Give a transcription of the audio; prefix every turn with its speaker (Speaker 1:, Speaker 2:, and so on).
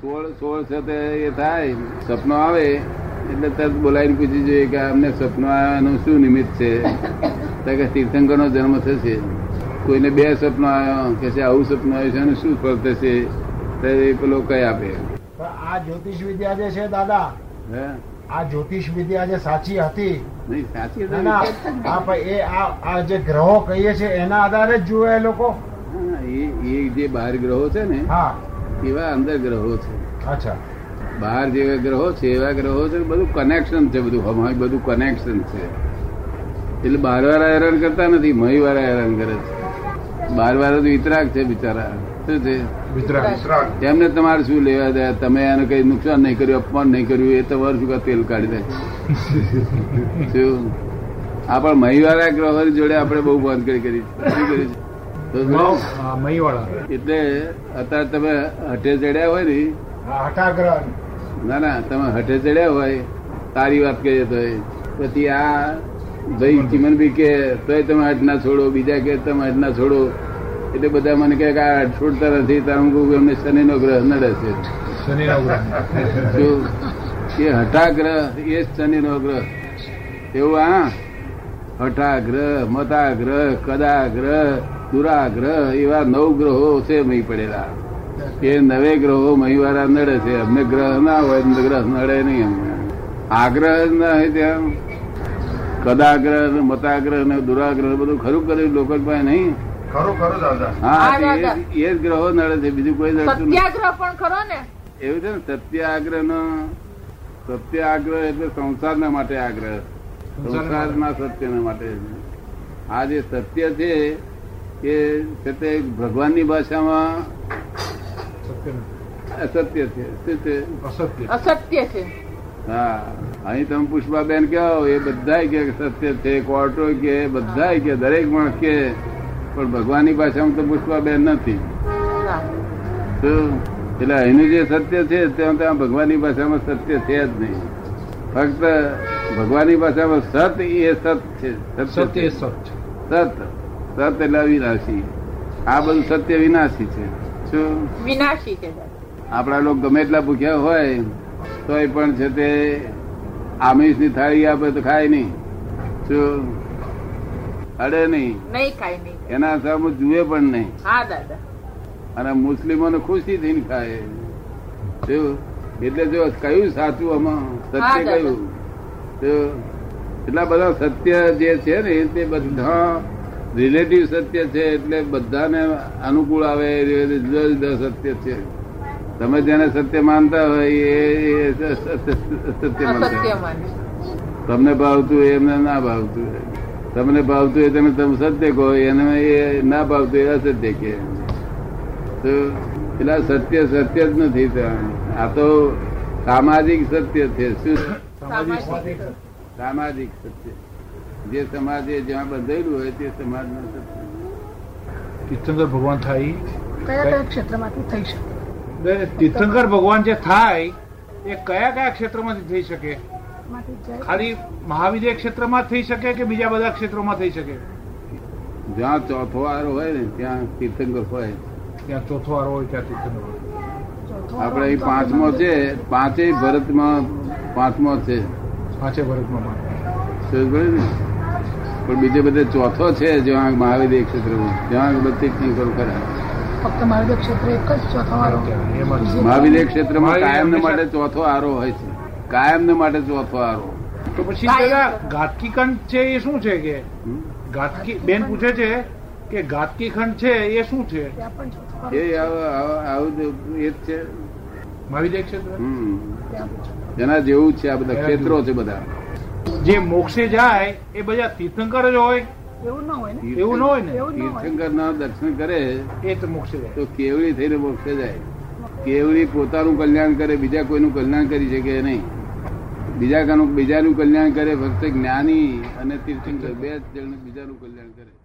Speaker 1: સોળ સોળ છે તે એ થાય સપનો આવે એટલે તરત બોલાવીને પૂછી જોઈએ કે અમને સપનાનું શું નિમિત્ત છે તો કે તીર્થંકરનો જન્મ થશે કોઈને બે સપનો આવ્યા કે છે આવું સપનું આવ્યું છે અને શું ફળ થશે તો એ પેલો કઈ આપે
Speaker 2: પણ આ જ્યોતિષ વિદ્યા જે છે દાદા
Speaker 1: હે
Speaker 2: આ જ્યોતિષ વિદ્યા જે સાચી હતી
Speaker 1: નહીં સાચી
Speaker 2: ના, ના,
Speaker 1: વાત
Speaker 2: આ પ- એ આ આ જે ગ્રહો કહીએ છે એના આધારે જ જુએ એ લોકો
Speaker 1: હા, એ એ જે બહાર ગ્રહો છે ને
Speaker 2: હા
Speaker 1: એવા અંદર ગ્રહો છે
Speaker 2: અચ્છા
Speaker 1: બહાર જેવા ગ્રહો છે એવા ગ્રહો છે બધું કનેક્શન છે બધું હમાય બધું કનેક્શન છે એટલે બાર વાળા હેરાન કરતા નથી મહી વાળા હેરાન કરે છે બાર વાળા તો વિતરાગ છે બિચારા શું છે તેમને તમારે શું લેવા દે તમે એને કઈ નુકસાન નહીં કર્યું અપમાન નહીં કર્યું એ તમારું શું કાં તેલ કાઢી દે શું આ પણ મહી વાળા ગ્રહો જોડે આપણે બહુ બાંધકડી કરી છે. શું કરી છે? તો એટલે અત્યારે તમે હટે ચડ્યા હોય ને
Speaker 2: આ હઠાગ્રહ
Speaker 1: ના ના તમે હઠે ચડ્યા હોય તારી વાત કહીએ તોય પછી આ ભાઈ ચીમન બી કે તોય તમે હઠ ના છોડો બીજા કે તમે હઠ ના છોડો એટલે બધા મને કહે કે આ હઠ છોડતા નથી તારું કહું એમને શનિનો ગ્રહ નડે છે શું? એ હઠાગ્રહ એ જ શનિનો ગ્રહ એવું આ હઠાગ્રહ મતાગ્રહ કદાગ્રહ દુરાગ્રહ એવા નવ ગ્રહો છે મહી પડેલા એ નવે ગ્રહો મહીવારા નડે છે અમને ગ્રહ ના હોય અમને ગ્રહ નડે નહીં અમને આગ્રહ જ ના હોય ત્યાં કદાગ્રહ ને મતાગ્રહ ને દુરાગ્રહ બધું ખરું કર્યું લોકો પાસે નહીં
Speaker 3: ખરું ખરું દાદા
Speaker 1: હા
Speaker 4: હા,
Speaker 1: તો એ
Speaker 4: દાદા.
Speaker 1: જ- એ જ ગ્રહો નડે છે બીજું કોઈ નડતું નથી
Speaker 4: સત્યાગ્રહ પણ ખરો ને
Speaker 1: એવું છે ને સત્યાગ્રહ નો સત્યાગ્રહ એટલે સંસારના માટે આગ્રહ સંસારના સત્યના માટે આ જે સત્ય છે એ છે તે ભગવાનની ભાષામાં અસત્ય છે શું છે
Speaker 4: અસત્ય છે
Speaker 1: હા અહીં તમે પુષ્પાબેન કહો એ બધાય કે સત્ય છે કોર્ટો કે બધાય કે દરેક માણસ કે પણ ભગવાનની ભાષામાં તો પુષ્પાબેન નથી
Speaker 4: ના.
Speaker 1: શું? એટલે અહીંનું જે સત્ય છે ત્યાં ત્યાં ભગવાનની ભાષામાં સત્ય છે જ નહીં ફક્ત ભગવાનની ભાષામાં સત એ સત છે સત્ય છે. સત સત એટલે અવિનાશી આ બધું સત્ય વિનાશી છે શું
Speaker 4: વિનાશી છે દાદા.
Speaker 1: આપણા લોકો ગમે એટલા ભૂખ્યા હોય તોય પણ છે તે આમિષની થાળી આપે તો ખાય નહીં શું અડે નહીં
Speaker 4: નહીં ખાય નહીં
Speaker 1: એના સામે જુએ પણ નહીં
Speaker 4: હા દાદા
Speaker 1: અને મુસ્લિમોને ખુશી થઈને ખાય જો એટલે જો કયું સાચું આમાં
Speaker 4: હા,
Speaker 1: સત્ય
Speaker 4: દાદા.
Speaker 1: કયું જો એટલા બધા સત્ય જે છે ને તે બધા રિલેટિવ સત્ય છે એટલે બધાને અનુકૂળ આવે એ રીતે જુદા જુદા સત્ય છે તમે જેને સત્ય માનતા હોય એ એ સત્ય
Speaker 4: અસત્ય
Speaker 1: માનતા
Speaker 4: માને
Speaker 1: તમને ભાવતું હોય એમને ના ભાવતું હોય તમને ભાવતું હોય તમે તમે સત્ય કહો એને એ ના ભાવતું હોય એ અસત્ય કહે તો પેલા સત્ય સત્ય જ નથી ત્યાં આ તો સામાજિક સત્ય છે શું
Speaker 4: સામાજિક
Speaker 1: સામાજિક સત્ય જે સમાજે જ્યાં બંધેલું હોય તે સમાજનું સત્ય
Speaker 3: તીર્થંકર ભગવાન થાય
Speaker 5: કયા કયા ક્ષેત્રમાંથી થઈ શકે
Speaker 3: દર- તીર્થંકર ભગવાન જે થાય એ કયા કયા ક્ષેત્રમાંથી થઈ શકે
Speaker 5: માંથી જાય
Speaker 3: ખાલી મહાવિદ્ય ક્ષેત્રમાં થઈ શકે કે બીજા બધા ક્ષેત્રોમાં થઈ શકે
Speaker 1: જ્યાં ચોથો આરો હોય ને ત્યાં તીર્થંકર હોય
Speaker 3: ત્યાં ચોથો આરો હોય ત્યાં તીર્થંકર હોય.
Speaker 5: ચોથો
Speaker 1: આપણે અહીં પાંચમો છે પાંચેય ભરતમાં પાંચમો છે
Speaker 3: પાંચે ભરતમાં માનો.
Speaker 1: સમજ પડી ને? પણ બીજે બધે ચોથો છે જ્યાં મહાવીર ક્ષેત્રમાં જ્યાં બધી તીર્થંકર ખરા
Speaker 5: ફક્ત મહાવીર ક્ષેત્ર એક જ ચોથો વાળો
Speaker 3: એમાં જ.
Speaker 1: મહાવીર ક્ષેત્રમાં કાયમને માટે ચોથો આરો હોય છે કાયમને માટે ચોથો આરો
Speaker 3: તો પછી દાદા ઘાતકી ખંડ છે એ શું છે કે
Speaker 1: હમ?
Speaker 3: ઘાતકી બેન પૂછે છે કે ઘાતકી ખંડ છે એ શું છે
Speaker 5: ત્યાં પણ ચોથો વાળો
Speaker 1: એ આવ- આવ- આવું જ એ જ છે
Speaker 3: મહાવિદ્ય ક્ષેત્ર
Speaker 1: હમ.
Speaker 5: ત્યાં પણ ચોથો
Speaker 1: એના જેવું જ છે આ બધા ક્ષેત્રો છે બધા
Speaker 3: જે મોક્ષે જાય એ બધા તીર્થંકર જ હોય
Speaker 5: વાળો. એવું ના હોય ને
Speaker 3: એવું ન હોય ને
Speaker 5: એવું ના હોય
Speaker 1: તીર્થંકર ના દર્શન કરે
Speaker 3: એ તો મોક્ષે જાય
Speaker 1: તો કેવડી થઈને મોક્ષે જાય કેવડી પોતાનું કલ્યાણ કરે બીજા કોઈનું કલ્યાણ કરી શકે નહીં બીજા કાનું બીજાનું કલ્યાણ કરે ફક્ત જ્ઞાની અને તીર્થંકર બે જ જણ બીજાનું કલ્યાણ કરે